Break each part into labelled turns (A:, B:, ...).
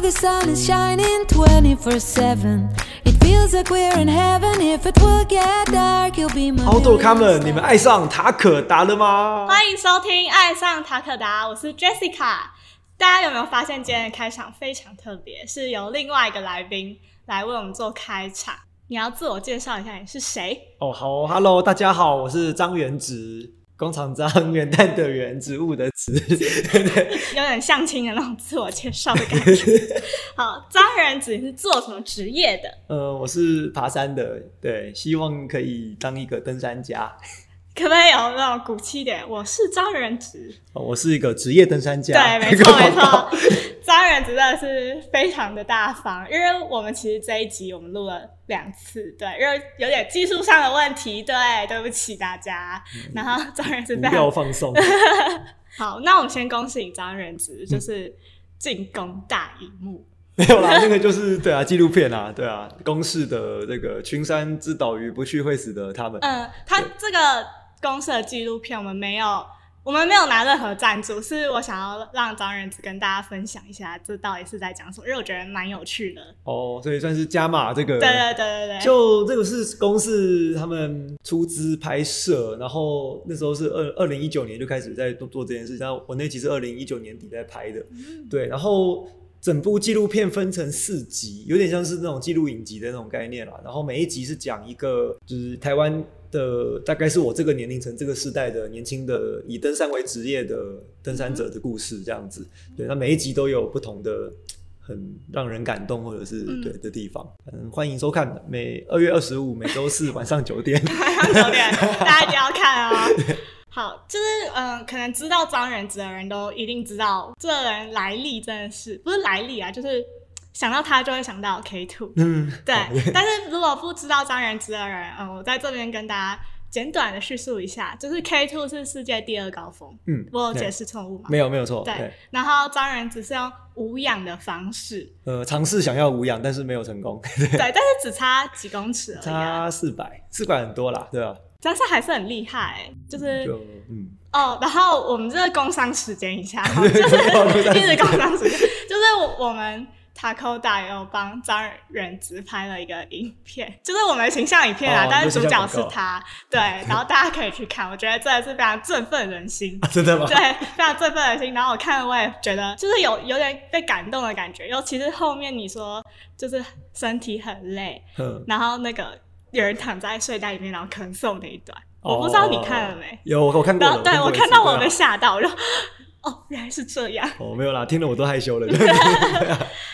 A: the sun is shining 24 7. It feels like we're in heaven. If it will get dark, you'll be my.
B: 好豆咖们，你们爱上塔可达了吗？
C: 欢迎收听《爱上塔可达》，我是 Jessica。大家有没有发现今天的开场非常特别，是由另外一个来宾来为我们做开场？你要自我介绍一下你是谁？
B: 哦，好哦，Hello，大家好，我是张元植，工厂张，元旦的元，植物的 植。
C: 有点相亲的那种自我介绍的感觉。好，张仁子是做什么职业的？
B: 呃，我是爬山的，对，希望可以当一个登山家。
C: 可不可以有那种骨气一点？我是张仁子，
B: 哦我是一个职业登山家，
C: 对，没
B: 一个
C: 错没
B: 广告
C: 错。张仁子真的是非常的大方，因为我们其实这一集我们录了两次，对，因为有点技术上的问题，对，对不起大家。
B: 嗯
C: 然后张仁子
B: 不
C: 非常
B: 要放松。
C: 好，那我们先恭喜你张仁子，就是进攻大荧幕。
B: 没有啦，那个就是对啊，纪录片啊，对啊，公式的这个群山之岛屿不去会死的他们，
C: 嗯，他这个公社纪录片我们没有，我们没有拿任何赞助，是我想要让张仁子跟大家分享一下这到底是在讲什么，因为我觉得蛮有趣的。
B: 哦，所以算是加码这个。
C: 对对对对对，
B: 就这个是公司他们出资拍摄，然后那时候是二二零一九年就开始在做做这件事情，然后我那集是二零一九年底在拍的，对，然后整部纪录片分成四集，有点像是那种记录影集的那种概念啦，然后每一集是讲一个就是台湾。的大概是我这个年龄层、这个世代的年轻的以登山为职业的登山者的故事，这样子。对，那每一集都有不同的很让人感动或者是
C: 嗯
B: 对的地方。嗯，欢迎收看每二月二十五每周四晚上九 点。
C: 晚上九点，大家一定要看哦。好，就是嗯、可能知道张仁子的人都一定知道，这个人来历真的是不是来历啊，就是想到他就会想到 K Two。
B: 嗯，
C: 对，但是如果不知道张仁之的人，嗯，我在这边跟大家简短的叙述一下，就是 K two 是世界第二高峰，
B: 嗯，
C: 我有
B: 对
C: 解释错误吗？
B: 没有没有错，
C: 对
B: 对，
C: 然后张仁只是用无氧的 方式，
B: 呃，尝试想要无氧，但是没有成功，
C: 对，但是只差几公尺而已、啊，
B: 差四百，四百很多啦，对吧、
C: 但是还是很厉害、就是
B: 就嗯，
C: 哦，然后我们这个工商时间一 下，就是一直工商时间，就是我我们 Taco 大有帮张仁直拍了一个影片，就是我们的形象影片啊，
B: 哦
C: 但是
B: 你
C: 主
B: 说形
C: 角
B: 象
C: 是
B: 广告。
C: 他，对，然后大家可以去看，我觉得真的是非常振奋人心
B: 真的吗？
C: 对，非常振奋人心。然后我看了，我也觉得就是有有点被感动的感觉，尤其是后面你说就是身体很累，
B: 嗯，
C: 然后那个有人躺在睡袋里面然后咳嗽那一段，
B: 哦
C: 我不知道你看了没？
B: 有，我看过
C: 然
B: 了
C: 后，对我
B: 过一次
C: 看到我
B: 对
C: 被
B: 啊
C: 吓到，我就哦，原来是这样。
B: 哦，没有啦，听了我都害羞 了。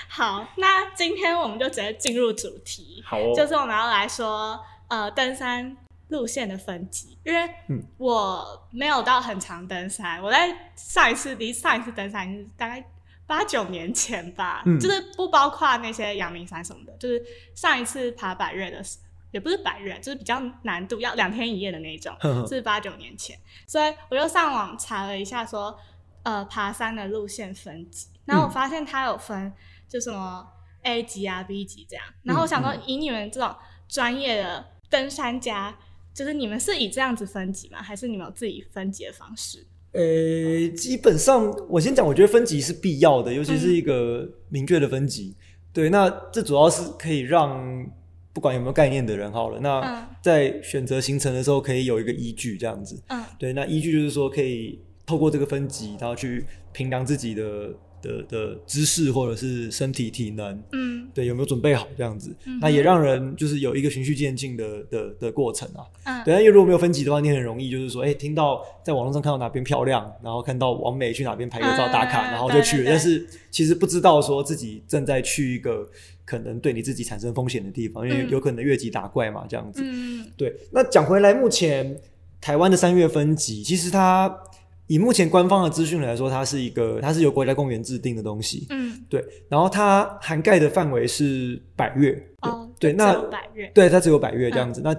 C: 好，那今天我们就直接进入主题，
B: 好哦，
C: 就是我们要来说呃登山路线的分级，因为
B: 嗯
C: 我没有到很常登山，我在上一次离上一次登山是大概。八九年前吧，
B: 嗯
C: 就是不包括那些阳明山什么的，就是上一次爬百越的时，也不是百越，就是比较难度要两天一夜的那一种，
B: 哼哼
C: 是八九年前，所以我就上网查了一下说，呃爬山的路线分级，然后我发现它有分就什么 A 级啊、B 级这样，然后我想说
B: 嗯
C: 以你们这种专业的登山家，就是你们是以这样子分级吗？还是你们有自己分级的方式？
B: 呃，基本上我先讲，我觉得分级是必要的，尤其
C: 嗯
B: 是一个明确的分级。对，那这主要是可以让不管有没有概念的人好了，
C: 嗯
B: 那在选择行程的时候可以有一个依据，这样子。
C: 嗯
B: 对，那依据就是说可以透过这个分级，然后去衡量自己的的的知识或者是身体体能，
C: 嗯
B: 对有没有准备好这样子。
C: 嗯哼
B: 那也让人就是有一个循序渐进的的的过程啊。
C: 嗯，
B: 对，因为如果没有分级的话，你很容易就是说，哎、听到在网络上看到哪边漂亮，然后看到王美去哪边拍个照打卡，
C: 嗯
B: 然后就去了。
C: 对对对
B: 但是其实不知道说自己正在去一个可能对你自己产生风险的地方，因为
C: 嗯
B: 有可能越级打怪嘛，这样子。
C: 嗯
B: 对，那讲回来，目前台湾的三月分级，其实它以目前官方的资讯来说，它是一个它是由国家公园制定的东西。
C: 嗯
B: 对，然后它涵盖的范围是百越。对
C: 哦，
B: 对，那
C: 只有百越
B: 对，它只有百越
C: 嗯
B: 这样子。那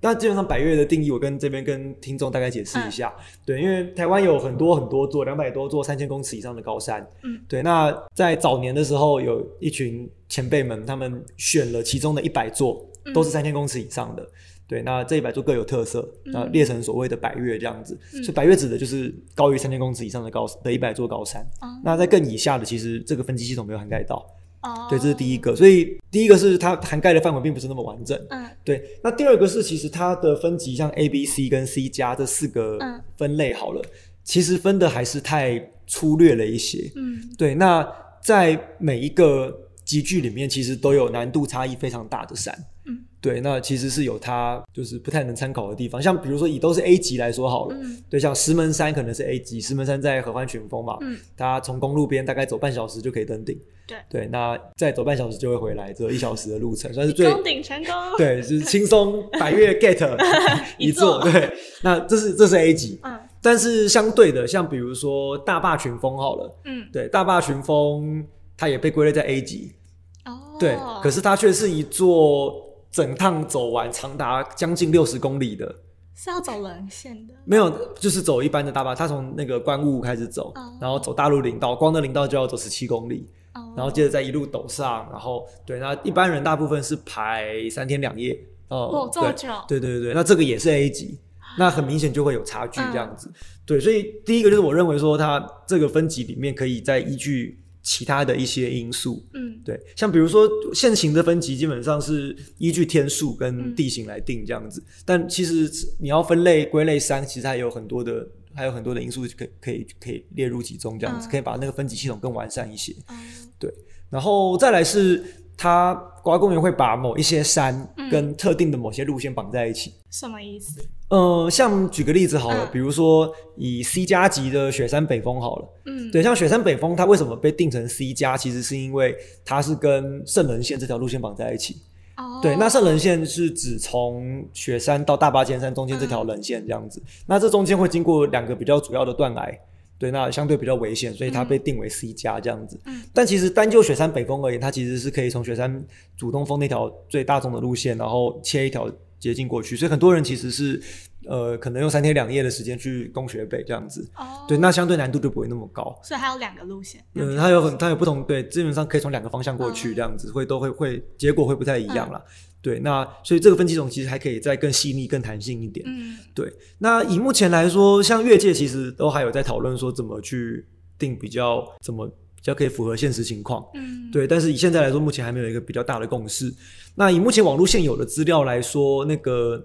B: 那基本上百越的定义，我跟这边跟听众大概解释
C: 嗯
B: 一下。对，因为台湾有很多很多座两百多座三千公尺以上的高山。
C: 嗯，
B: 对。那在早年的时候，有一群前辈们，他们选了其中的一百座，都是
C: 嗯
B: 三千公尺以上的。对，那这一百座各有特色，那
C: 嗯
B: 列成所谓的百越这样子。
C: 嗯
B: 所以百越指的就是高于三千公尺以上的高的一百座高山。
C: 哦
B: 那在更以下的，其实这个分级系统没有涵盖到。
C: 哦，
B: 对，这是第一个。所以第一个是它涵盖的范围并不是那么完整。
C: 嗯
B: 对，那第二个是其实它的分级像 A、B、C 跟 C 加这四个
C: 嗯
B: 分类好了，其实分的还是太粗略了一些。
C: 嗯
B: 对，那在每一个集句里面，其实都有难度差异非常大的山。
C: 嗯，
B: 对，那其实是有它就是不太能参考的地方。像比如说以都是 A 级来说好了，
C: 嗯
B: 对，像石门山可能是 A 级，石门山在合欢群峰嘛，
C: 嗯，
B: 它从公路边大概走半小时就可以登顶。
C: 对
B: 对，那再走半小时就会回来，只有一小时的路程，算是最
C: 攻顶成 功，，
B: 对，就是轻松百越 get
C: 一
B: 一
C: 座
B: 座。对，那这是这是 A 级，
C: 嗯
B: 但是相对的，像比如说大坝群峰好了，
C: 嗯，
B: 对，大坝群峰它也被归类在 A 级，
C: 哦，
B: 对，可是它却是一座整趟走完长达将近六十公里的，
C: 是要走人线的，
B: 没有就是走一般的大坝，它从那个关雾开始走
C: 哦，
B: 然后走大陆林道，光那林道就要走十七公里，
C: 哦，
B: 然后接着再一路陡上，然后对，那一般人大部分是排三天两夜，
C: 哦
B: 哦，
C: 这么久
B: 对对对对，那这个也是 A 级，那很明显就会有差距这样子，对，所以第一个就是我认为说它这个分级里面可以再依据其他的一些因素，
C: 嗯
B: 对，像比如说现行的分级基本上是依据天数
C: 嗯
B: 跟地形来定这样子，但其实你要分类归类山，其实还有很多的。还有很多的因素可以可以可以列入其中，这样子、
C: 嗯
B: 可以把那个分级系统更完善一些。
C: 哦
B: 然后再来是它国家公园会把某一些山
C: 嗯
B: 跟特定的某些路线绑在一起。
C: 什么意思？
B: 呃，像举个例子好了，
C: 嗯
B: 比如说以 C 加级的雪山北峰好了，
C: 嗯，
B: 对，像雪山北峰它为什么被定成 C 加，其实是因为它是跟圣人线这条路线绑在一起。
C: 哦，
B: 对，那圣人线是指从雪山到大巴尖山中间这
C: 嗯
B: 条人线这样子，那这中间会经过两个比较主要的断崖，对，那相对比较危险，所以它被定为 C 加这样子。
C: 嗯
B: 但其实单就雪山北峰而言，它其实是可以从雪山主东峰那条最大众的路线，然后切一条捷径过去，所以很多人其实是呃可能用三天两夜的时间去攻雪北这样子，
C: 哦，
B: 对，那相对难度就不会那么高。
C: 所以还有两个路线，两
B: 嗯，
C: 条
B: 它有很它有不同，对，基本上可以从两个方向过去，
C: 嗯
B: 这样子会都会会结果会不太一样啦。对，那所以这个分歧种其实还可以再更细腻、更弹性一点。
C: 嗯
B: 对，那以目前来说，像越界其实都还有在讨论说怎么去定比较怎么比较可以符合现实情况。
C: 嗯，
B: 对，但是以现在来说，目前还没有一个比较大的共识。那以目前网络现有的资料来说，那个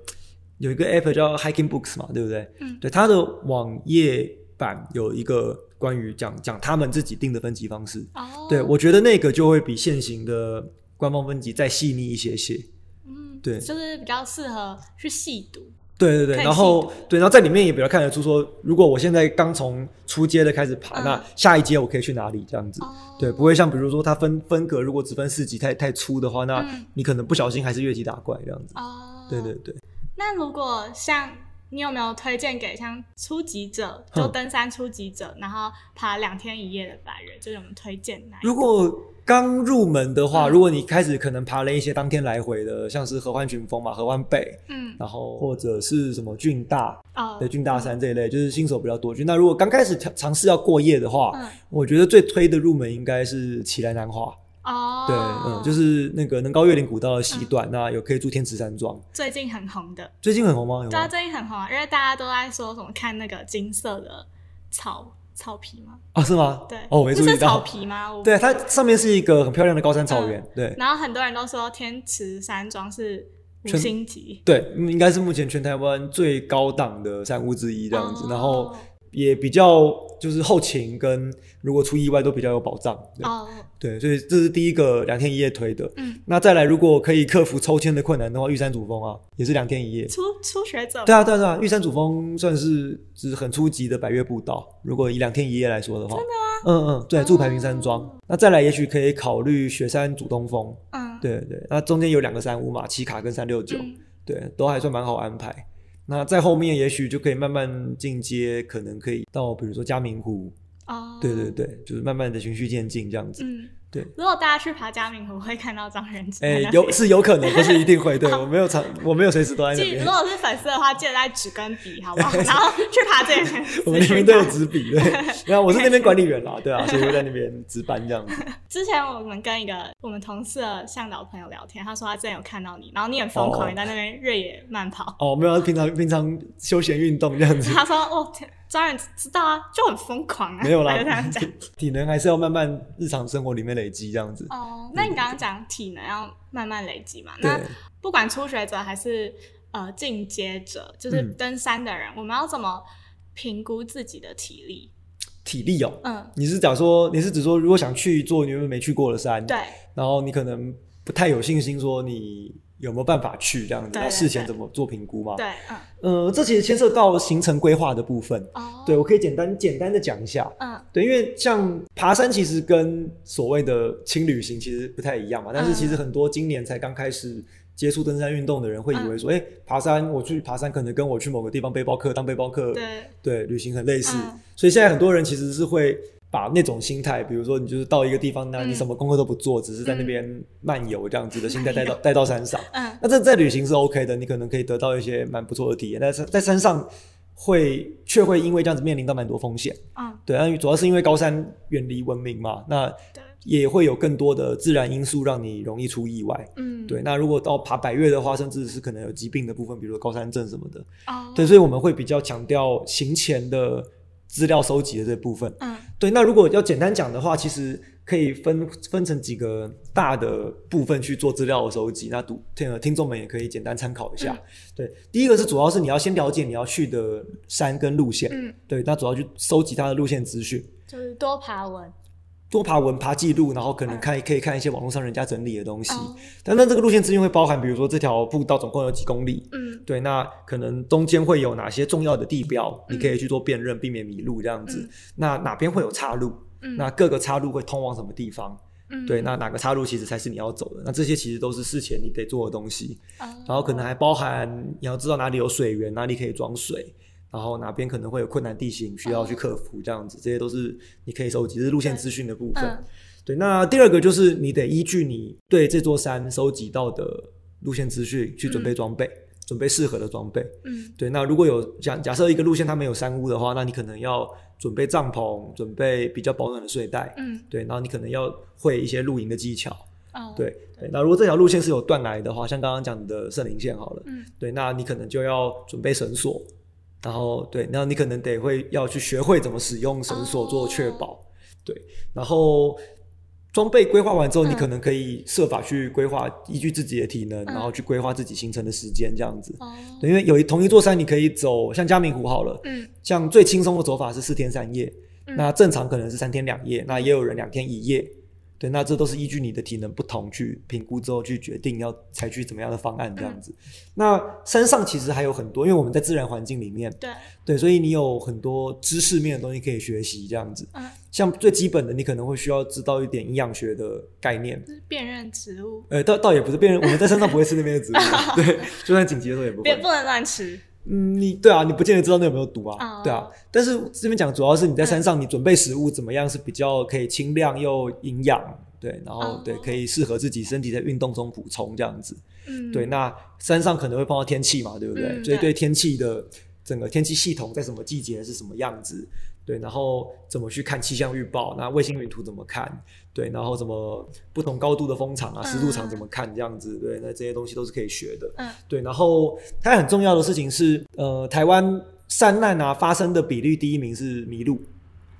B: 有一个 app 叫 Hiking Books 嘛，对不对？
C: 嗯
B: 对，它的网页版有一个关于讲讲他们自己定的分级方式。
C: 哦，
B: 对，我觉得那个就会比现行的官方分级再细腻一些些。
C: 嗯，
B: 对
C: 就是比较适合去细读，
B: 对对对，
C: 看
B: 然后对，然后在里面也比较看得出说，如果我现在刚从初阶的开始爬，
C: 嗯
B: 那下一阶我可以去哪里这样子？
C: 哦
B: 对，不会像比如说它分分隔，如果只分四级太太粗的话，那
C: 嗯
B: 你可能不小心还是越级打怪这样子。
C: 哦，
B: 对对对，
C: 那如果像你有没有推荐给像初级者，就
B: 哼
C: 登山初级者，然后爬两天一夜的白人，就是我们推荐哪一
B: 如果刚入门的话，
C: 嗯
B: 如果你开始可能爬了一些当天来回的，像是合欢群峰嘛、合欢北，
C: 嗯
B: 然后或者是什么郡大、
C: 哦
B: 对郡大山这一类，就是新手比较多去。那如果刚开始尝尝试要过夜的话，
C: 嗯
B: 我觉得最推的入门应该是奇莱南华。
C: 哦，嗯
B: 对，嗯，就是那个能高越岭古道的西段，那有可以住天池山庄，
C: 最近很红的，
B: 最近很红吗？有
C: 对啊，
B: 吗？
C: 最近很红啊，因为大家都在说什么看那个金色的草草皮嘛，
B: 啊，是吗？
C: 对，
B: 哦，我没注
C: 这
B: 意
C: 是草
B: 到。
C: 皮吗？我
B: 对，它上面是一个很漂亮的高山草原，对
C: 然后很多人都说天池山庄是五
B: 全
C: 星级
B: 对，嗯应该是目前全台湾最高档的山屋之一这样子，然后
C: 哦
B: 也比较就是后勤跟如果出意外都比较有保障，对，
C: 哦，
B: 对所以这是第一个两天一夜推的。
C: 嗯，
B: 那再来，如果可以克服抽签的困难的话，玉山主峰啊，也是两天一夜。
C: 初初学者
B: 对啊，对啊，对啊，玉山主峰算是就是很初级的百越步道。如果以两天一夜来说的话，真的吗？嗯嗯，哦对，住排云山庄。那再来，也许可以考虑雪山主东峰。
C: 嗯
B: 啊对对，那中间有两个山屋嘛，奇卡跟三六九，
C: 嗯
B: 对，都还算蛮好安排。那在后面也许就可以慢慢进阶，可能可以到比如说嘉明湖，
C: 哦，
B: 对对对，就是慢慢的循序渐进这样子。
C: 嗯，
B: 对
C: 如果大家去爬嘉明湖，会看到张仁志。
B: 哎、有是有可能，不是一定会。 对我没有常，我没有随时都在那
C: 记，
B: 边
C: 如。果是粉丝的话，记得带纸跟笔，好不 好？然后去爬这些。
B: 我们那边都有纸笔，对， 然后我是那边管理员啦，对啊，所以会在那边值班这样子。
C: 之前我们跟一个我们同事的向导朋友聊天，他说他之前有看到你，然后你很疯狂，
B: 哦
C: 你在那边越野慢跑。
B: 哦，没有，平常平常休闲运动这样子。
C: 他说：“哦，天当然知道啊，就很疯狂 啊，
B: 没有
C: 他就这
B: 啦
C: 样讲。，
B: 体能还是要慢慢日常生活里面累积这样子。
C: 哦，那你刚刚讲体能要慢慢累积嘛？那
B: 对，
C: 不管初学者还是呃进阶者，就是
B: 嗯
C: 登山的人，我们要怎么评估自己的体力？
B: 体力哦，
C: 嗯，
B: 你是假说你是指说，如果想去做你原本没去过的山，
C: 对，
B: 然后你可能不太有信心说你有没有办法去这样子，
C: 对
B: 那
C: 对
B: 事前
C: 对
B: 怎么做评估吗？
C: 对，嗯，
B: 呃，这其实牵涉到行程规划的部分。
C: 哦，
B: 对，我可以简单简单的讲一下。
C: 嗯，
B: 对，因为像爬山其实跟所谓的轻旅行其实不太一样
C: 嗯
B: 嘛，但是其实很多今年才刚开始接触登山运动的人会以为
C: 嗯
B: 说，哎、爬山我去爬山可能跟我去某个地方背包客当背包客，
C: 对，
B: 对，旅行很类似，
C: 嗯
B: 所以现在很多人其实是会把那种心态，比如说你就是到一个地方，那你
C: 嗯
B: 什么功课都不做，只是在那边漫游这 样子的心态带到带到山上。
C: 嗯，
B: 那这在旅行是 OK 的，你可能可以得到一些蛮不错的体验，但是在山上会却会因为这样子面临到蛮多风险。
C: 嗯，
B: 对，那主要是因为高山远离文明嘛，那
C: 对，
B: 也会有更多的自然因素让你容易出意外。
C: 嗯，，
B: 对，那如果到爬百越的话，甚至是可能有疾病的部分，比如说高山症什么的，
C: 哦，
B: 对，，所以我们会比较强调行前的资料收集的这部分。
C: 嗯，
B: 对，那如果要简单讲的话，其实可以分分成几个大的部分去做资料的收集。那读听听众们也可以简单参考一下。
C: 嗯
B: 对，第一个是主要是你要先了解你要去的山跟路线，
C: 嗯，
B: 对，那主要去收集它的路线资讯。
C: 就是多爬文，
B: 多爬文、爬记录，然后可
C: 嗯
B: 能看可以看一些网络上人家整理的东西。
C: 哦
B: 但那这个路线资讯会包含，比如说这条步道总共有几公里，
C: 嗯，
B: 对，那可能中间会有哪些重要的地标，
C: 嗯
B: 你可以去做辨认，避免迷路这样子。
C: 嗯
B: 那哪边会有岔路？
C: 嗯，
B: 那各个岔路会通往什么地方？
C: 嗯
B: 对，，那哪个岔路其实才是你要走的？那这些其实都是事前你得做的东西，
C: 然
B: 然后可能还包含你要知道哪里有水源，哪里可以装水，然后哪边可能会有困难地形需要去克服，这样子，这些都是你可以收集，这是路线资讯的部分。
C: 嗯
B: 对，那第二个就是你得依据你对这座山收集到的路线资讯去准备装备，准备适合的装备。
C: 嗯
B: 对，那如果有假假设一个路线它没有山屋的话，那你可能要准备帐篷，准备比较保暖的睡袋，
C: 嗯，
B: 对，然后你可能要会一些露营的技巧，
C: 哦，
B: 对对。那如果这条路线是有断崖的话，像刚刚讲的圣林线好了，
C: 嗯
B: 对，那你可能就要准备绳索，然后对，那你可能得会要去学会怎么使用绳索做
C: 哦
B: 确保，对，然后。装备规划完之后，你
C: 嗯
B: 可能可以设法去规划，依据自己的体能，然后去规划自己行程的时间，这样子。
C: 哦，
B: 对，因为有一同一座山，你可以走像嘉明湖好了，
C: 嗯
B: 像最轻松的走法是四天三夜，
C: 嗯
B: 那正常可能是三天两夜，那也有人两天一夜。对，那这都是依据你的体能不同去评估之后去决定要采取怎么样的方案这样子。
C: 嗯
B: 那山上其实还有很多，因为我们在自然环境里面，
C: 对，
B: 对，所以你有很多知识面的东西可以学习这样子。
C: 嗯，
B: 像最基本的，你可能会需要知道一点营养学的概念。
C: 就是辨认植物，
B: 呃，倒倒也不是别人，我们在山上不会吃那边的 植物，对，就算紧急的时候也不会
C: 别。不能乱吃，
B: 嗯，你对啊，你不见得知道那有没有毒啊，
C: 哦
B: 对啊。但是这边讲主要是你在山上，你准备食物怎么样是比较可以清亮又营养，对，然后
C: 哦
B: 对可以适合自己身体在运动中补充这样子。
C: 嗯，
B: 对，那山上可能会碰到天气嘛，对不对？
C: 嗯
B: 所以
C: 对
B: 对天气的整个天气系统在什么季节是什么样子，对，然后怎么去看气象预报，那卫星云图怎么看，对，然后怎么不同高度的风场啊、
C: 嗯
B: 湿度场怎么看，这样子，对，那这些东西都是可以学的，
C: 嗯，
B: 对，然后它很重要的事情是，呃，台湾山难啊发生的比率第一名是迷路，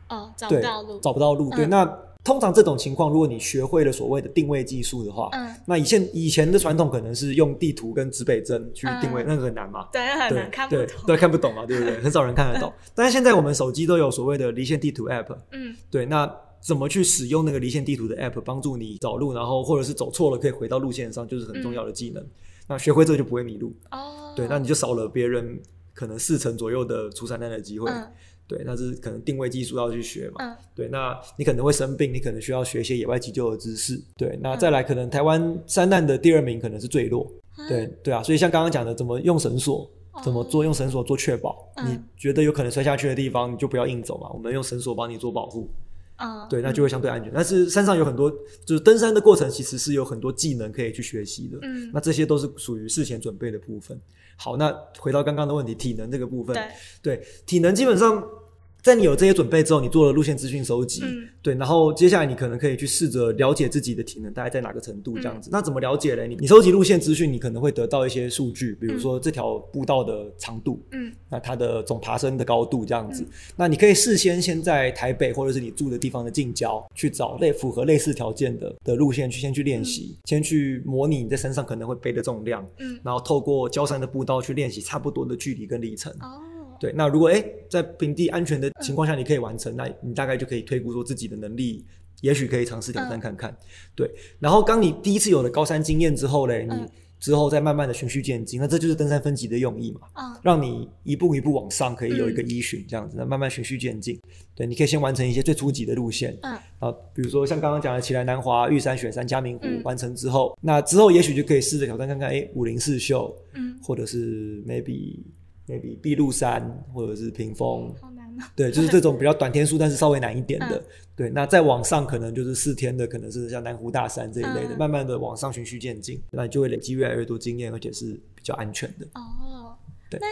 C: 哦，找不
B: 对
C: 到路，
B: 找不到路，对，
C: 嗯
B: 那通常这种情况，如果你学会了所谓的定位技术的话，
C: 嗯，
B: 那以前以前的传统可能是用地图跟指北针去定位，
C: 嗯
B: 那个很难嘛，
C: 对，那很
B: 对
C: 难看不
B: 对
C: 懂，
B: 对，看不懂嘛，对不 对？很少人看得懂。但是现在我们手机都有所谓的离线地图 App，
C: 嗯
B: 对，那怎么去使用那个离线地图的 App 帮助你找路，然后或者是走错了可以回到路线上，就是很
C: 嗯
B: 重要的技能。那学会这个就不会迷路，
C: 哦，
B: 对，那你就少了别人可能四成左右的出山难的机会，
C: 嗯
B: 对，那是可能定位技术要去学嘛。
C: 嗯
B: 对，那你可能会生病，你可能需要学一些野外急救的知识。对，那再来，可能台湾山难的第二名可能是坠落。
C: 嗯啊
B: 对对啊，所以像刚刚讲的，怎么用绳索，怎么
C: 哦
B: 做用绳索做确保，
C: 嗯
B: 你觉得有可能摔下去的地方，你就不要硬走嘛，我们用绳索帮你做保护。
C: 嗯，
B: 对，那就会相对安全。但是山上有很多，就是登山的过程其实是有很多技能可以去学习的。
C: 嗯
B: 那这些都是属于事前准备的部分。好，那回到刚刚的问题，体能这个部分，
C: 对，
B: 对体能基本上在你有这些准备之后，你做了路线资讯收集，
C: 嗯
B: 对，然后接下来你可能可以去试着了解自己的体能大概在哪个程度这样子。那怎么了解嘞？你你收集路线资讯，你可能会得到一些数据，比如说这条步道的长度，
C: 嗯
B: 那它的总爬升的高度这样子。
C: 嗯
B: 那你可以事先先在台北或者是你住的地方的近郊去找类符合类似条件的的路线去先去练习，先去模拟你在山上可能会背的重量，
C: 嗯，
B: 然后透过焦山的步道去练习差不多的距离跟里程。
C: 哦，
B: 对，那如果哎在平地安全的情况下你可以完成，那你大概就可以推估说自己的能力。也许可以尝试挑战看看，对。然后，当你第一次有了高山经验之后嘞，你
C: 嗯
B: 之后再慢慢的循序渐进，那这就是登山分级的用意嘛。
C: 嗯
B: 让你一步一步往上，可以有一个依循这样子，那慢慢循序渐进。对，你可以先完成一些最初级的路线
C: 嗯
B: 啊，比如说像刚刚讲的奇莱南华、玉山、雪山、嘉明湖
C: 嗯
B: 完成之后，那之后也许就可以试着挑战看看，哎，五林四秀，
C: 嗯，
B: 或者是 maybe maybe 碧露山，或者是屏风，
C: 好难哦。
B: 对，就是这种比较短天数，但是稍微难一点的。
C: 嗯
B: 对，那再往上可能就是四天的，可能是像南湖大山这一类的，
C: 嗯
B: 慢慢的往上循序渐进，那你就会累积越来越多经验，而且是比较安全的。
C: 哦，
B: 对
C: 那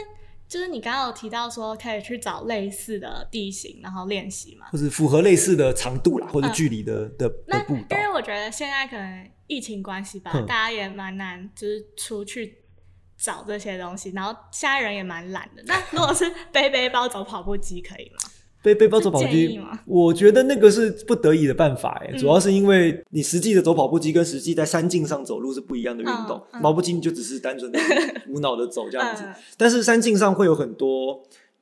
C: 就是你刚刚有提到说可以去找类似的地形，然后练习嘛。
B: 或是符合类似的长度啦，或者距离的、的
C: 嗯那
B: 的步
C: 因
B: 道。
C: 为我觉得现在可能疫情关系吧，
B: 哼
C: 大家也蛮难，就是出去找这些东西，然后现在人也蛮懒的。那如果是背背包走跑步机可以吗？
B: 背背包走跑步
C: 建议
B: 机
C: 吗，
B: 我觉得那个是不得已的办法、欸，
C: 嗯
B: 主要是因为你实际的走跑步机跟实际在山径上走路是不一样的运动
C: 嗯，嗯
B: 跑步机你就只是单纯的无脑的走这样子
C: 嗯，
B: 但是山径上会有很多，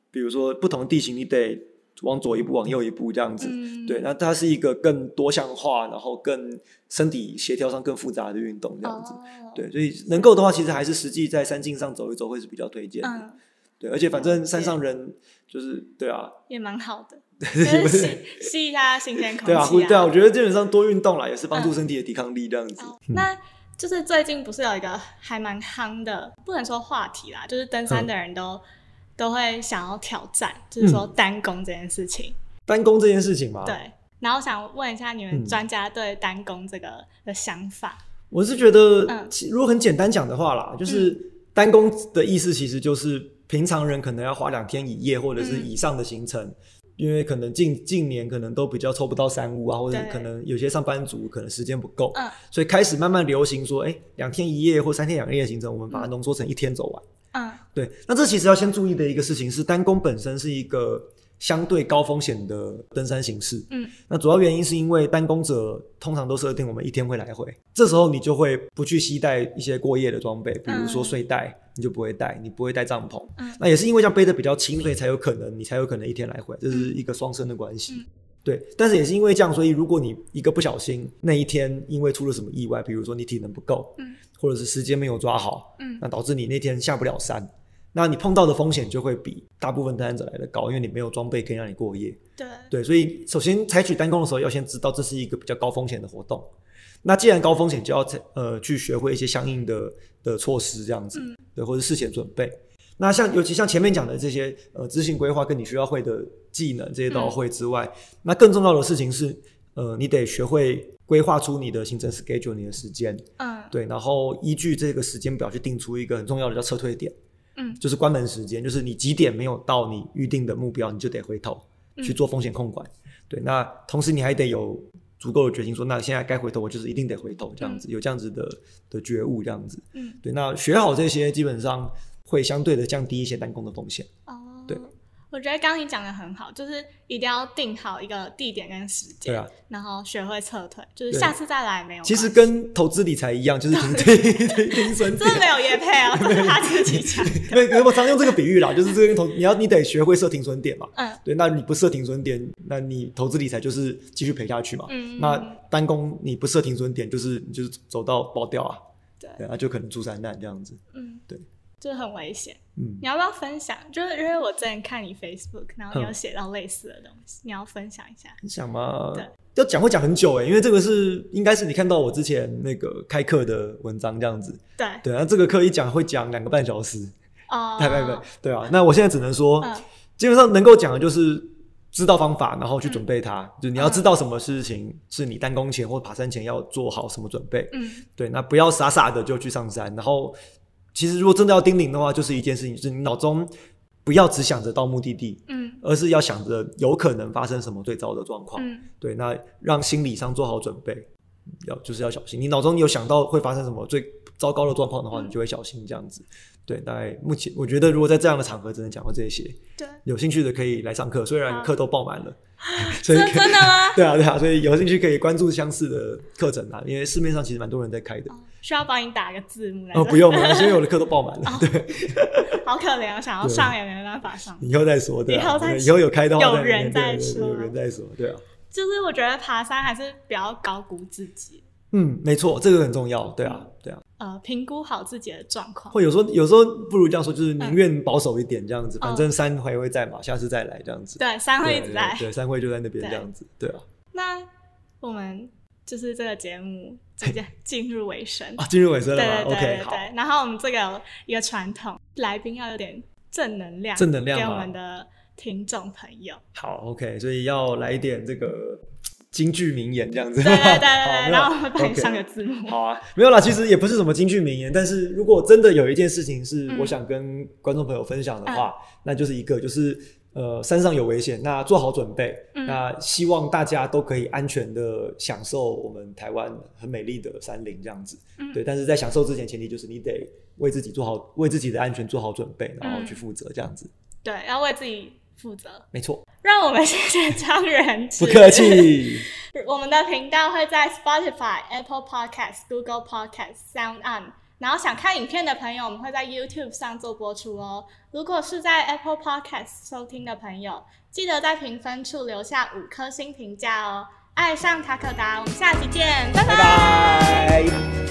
B: 比如说不同的地形，你得往左一步，往右一步这样子。
C: 嗯，
B: 对，那它是一个更多项化，然后更身体协调上更复杂的运动，这样子。
C: 哦，
B: 对，所以能够的话，其实还是实际在山径上走一走会是比较推荐的。
C: 嗯，
B: 对，而且反正山
C: 解
B: 上人就是对啊，
C: 也蛮 好的，
B: 不
C: 就是吸吸一下新鲜空气、
B: 对啊，
C: 啊嗯
B: 会对啊，我觉得基本上多运动啦，也是帮助身体的抵抗力这样子。
C: 哦那就是最近不是有一个还蛮夯的，不能说话题啦，就是登山的
B: 嗯
C: 人都、都会想要挑战，就是说单攻这件事情。
B: 单攻这件事情嘛，
C: 对，然后想问一下你们
B: 嗯
C: 专家对单攻这个的想法。
B: 我是觉得，
C: 嗯
B: 其如果很简单讲的话啦，就是单攻的意思其实就是平常人可能要花两天一夜或者
C: 嗯
B: 是以上的行程。因为可能近近年可能都比较抽不到山屋啊，或者
C: 对
B: 可能有些上班族可能时间不够，
C: 嗯
B: 所以开始慢慢流行说，哎，两天一夜或三天两夜的行程，我们把它浓缩成一天走完。
C: 嗯
B: 对，那这其实要先注意的一个事情是，单攻本身是一个相对高风险的登山形式。
C: 嗯，
B: 那主要原因是因为单攻者通常都设定我们一天会来回，这时候你就会不去携带一些过夜的装备，比如说
C: 嗯
B: 睡袋，你就不会带，你不会带帐篷。
C: 嗯
B: 那也是因为这样背的比较轻，所以才有可能你才有可能一天来回，这是一个双生的关系。
C: 嗯
B: 对，但是也是因为这样，所以如果你一个不小心，那一天因为出了什么意外，比如说你体能不够，
C: 嗯
B: 或者是时间没有抓好，
C: 嗯
B: 那导致你那天下不了山，那你碰到的风险就会比大部分登山者来的高，因为你没有装备可以让你过夜。
C: 对，
B: 对，所以首先采取单攻的时候，要先知道这是一个比较高风险的活动。那既然高风险，就要采呃去学会一些相应的的措施，这样子，
C: 嗯
B: 对，或者事前准备。那像尤其像前面讲的这些呃执行规划跟你需要会的技能这些都要会之外，那更重要的事情是，呃，你得学会规划出你的行程 schedule，你的时间，
C: 嗯
B: 对，然后依据这个时间表去定出一个很重要的叫撤退点，
C: 嗯
B: 就是关门时间，就是你几点没有到你预定的目标，你就得回头
C: 嗯
B: 去做风险控管。对，那同时你还得有足够的决心说那现在该回头，我就是一定得回头，这样子、有这样子的的觉悟，这样子。
C: 嗯
B: 对，那学好这些，基本上会相对的降低一些单攻的风险。
C: 哦，
B: 对。
C: 我觉得刚刚你讲的很好，就是一定要定好一个地点跟时间，
B: 对啊
C: 然后学会撤退，就是
B: 对
C: 下次再来没有关系。
B: 其实跟投资理财一样，就是停停停停损
C: 真的
B: 点。
C: 没有业配啊，这是他自己讲的。
B: 对，我常用这个比喻啦，就是这个跟投你要你得学会设停损点嘛。
C: 嗯
B: 对，那你不设停损点，那你投资理财就是继续赔下去嘛。
C: 嗯
B: 那单攻你不设停损点，就是你就是走到爆掉啊，
C: 对
B: 对啊，就可能出灾难这样子。
C: 嗯，
B: 对，
C: 就是很危险。
B: 嗯，
C: 你要不要分享？就是因为我之前看你 Facebook，然后你有
B: 嗯
C: 写到类似的东西，你要分享一下。
B: 你想嘛
C: 对，
B: 要讲会讲很久哎、因为这个是应该是你看到我之前那个开课的文章这样子。
C: 对，
B: 对啊，这个课一讲会讲两个半小时，
C: 哦，
B: 拜拜拜。对啊，那我现在只能说，
C: 嗯
B: 基本上能够讲的就是知道方法，然后去准备
C: 嗯
B: 它。就你要知道什么事情是你单攻前或爬山前要做好什么准备。
C: 嗯
B: 对，那不要傻傻的就去上山。然后，其实如果真的要叮咛的话，就是一件事情，就是你脑中不要只想着到目的地，
C: 嗯
B: 而是要想着有可能发生什么最糟的状况。
C: 嗯
B: 对，那让心理上做好准备，要就是要小心。你脑中有想到会发生什么最糟糕的状况的话，
C: 嗯
B: 你就会小心这样子。对，大概目前我觉得，如果在这样的场合，只能讲到这些。
C: 对，
B: 有兴趣的可以来上课，虽然
C: 好
B: 课都爆满 了，所以
C: 真
B: 可以
C: 真的 吗？
B: 对啊对啊，所以有兴趣可以关注相似的课程啊，因为市面上其实蛮多人在开的。
C: 需要帮你打个字幕来着。
B: 哦，不用了，因为我的课都爆满了。对，
C: 好可怜，我想要
B: 对
C: 上也没办 法上。
B: 以后再说，对
C: 以
B: 啊，
C: 后再
B: 对以后有开的话
C: 有
B: 再
C: 人
B: 对
C: 再
B: 对对
C: 说
B: 有人再说，对啊。
C: 就是我觉得爬山还是比较高估自己，
B: 嗯，没错，这个很重要，对啊，对啊。
C: 呃，评估好自己的状况。
B: 或有时候，有时候不如这样说，就是宁愿保守一点这样子，
C: 嗯
B: 反正山还会在嘛，下次再来这样子。
C: 对，山会一直在
B: 对。对，山会就在那边
C: 对
B: 这样子，对啊。
C: 那我们就是这个节目直接进入尾声。
B: 啊，进入尾声
C: 对
B: 了吗
C: 对对
B: ？OK，
C: 对
B: 好，
C: 对。然后我们这个有一个传统，来宾要有点正能量，
B: 正能量啊
C: 给
B: 吗
C: 我们的听众朋 友。
B: 好，OK，所以要来一点这个京剧名言这样子。
C: 对对
B: 好
C: 对对对，
B: 没有
C: 然后我会帮你
B: OK
C: 上个字幕。
B: 好啊， 没有啦，其实也不是什么金句名言，但是如果真的有一件事情是
C: 嗯
B: 我想跟观众朋友分享的话，那就是一个就是呃山上有危险，那做好准备，
C: 嗯
B: 那希望大家都可以安全的享受我们台湾很美丽的山林这样子，
C: 嗯
B: 对，但是在享受之前，前提就是你得为自己做好为自己的安全做好准备，然后
C: 嗯
B: 去负责这样子，
C: 对，要为自己负责。
B: 没错，
C: 让我们谢谢张仁
B: 不
C: 志，
B: 客。 气，
C: 我们的频道会在 Spotify、Apple Podcast、Google Podcast、Sound On。然后想看影片的朋友，我们会在 YouTube 上做播出哦。如果是在 Apple Podcast 收听的朋友，记得在评分处留下五颗星评价哦。爱上塔可达，我们下期见，拜拜
B: 拜拜。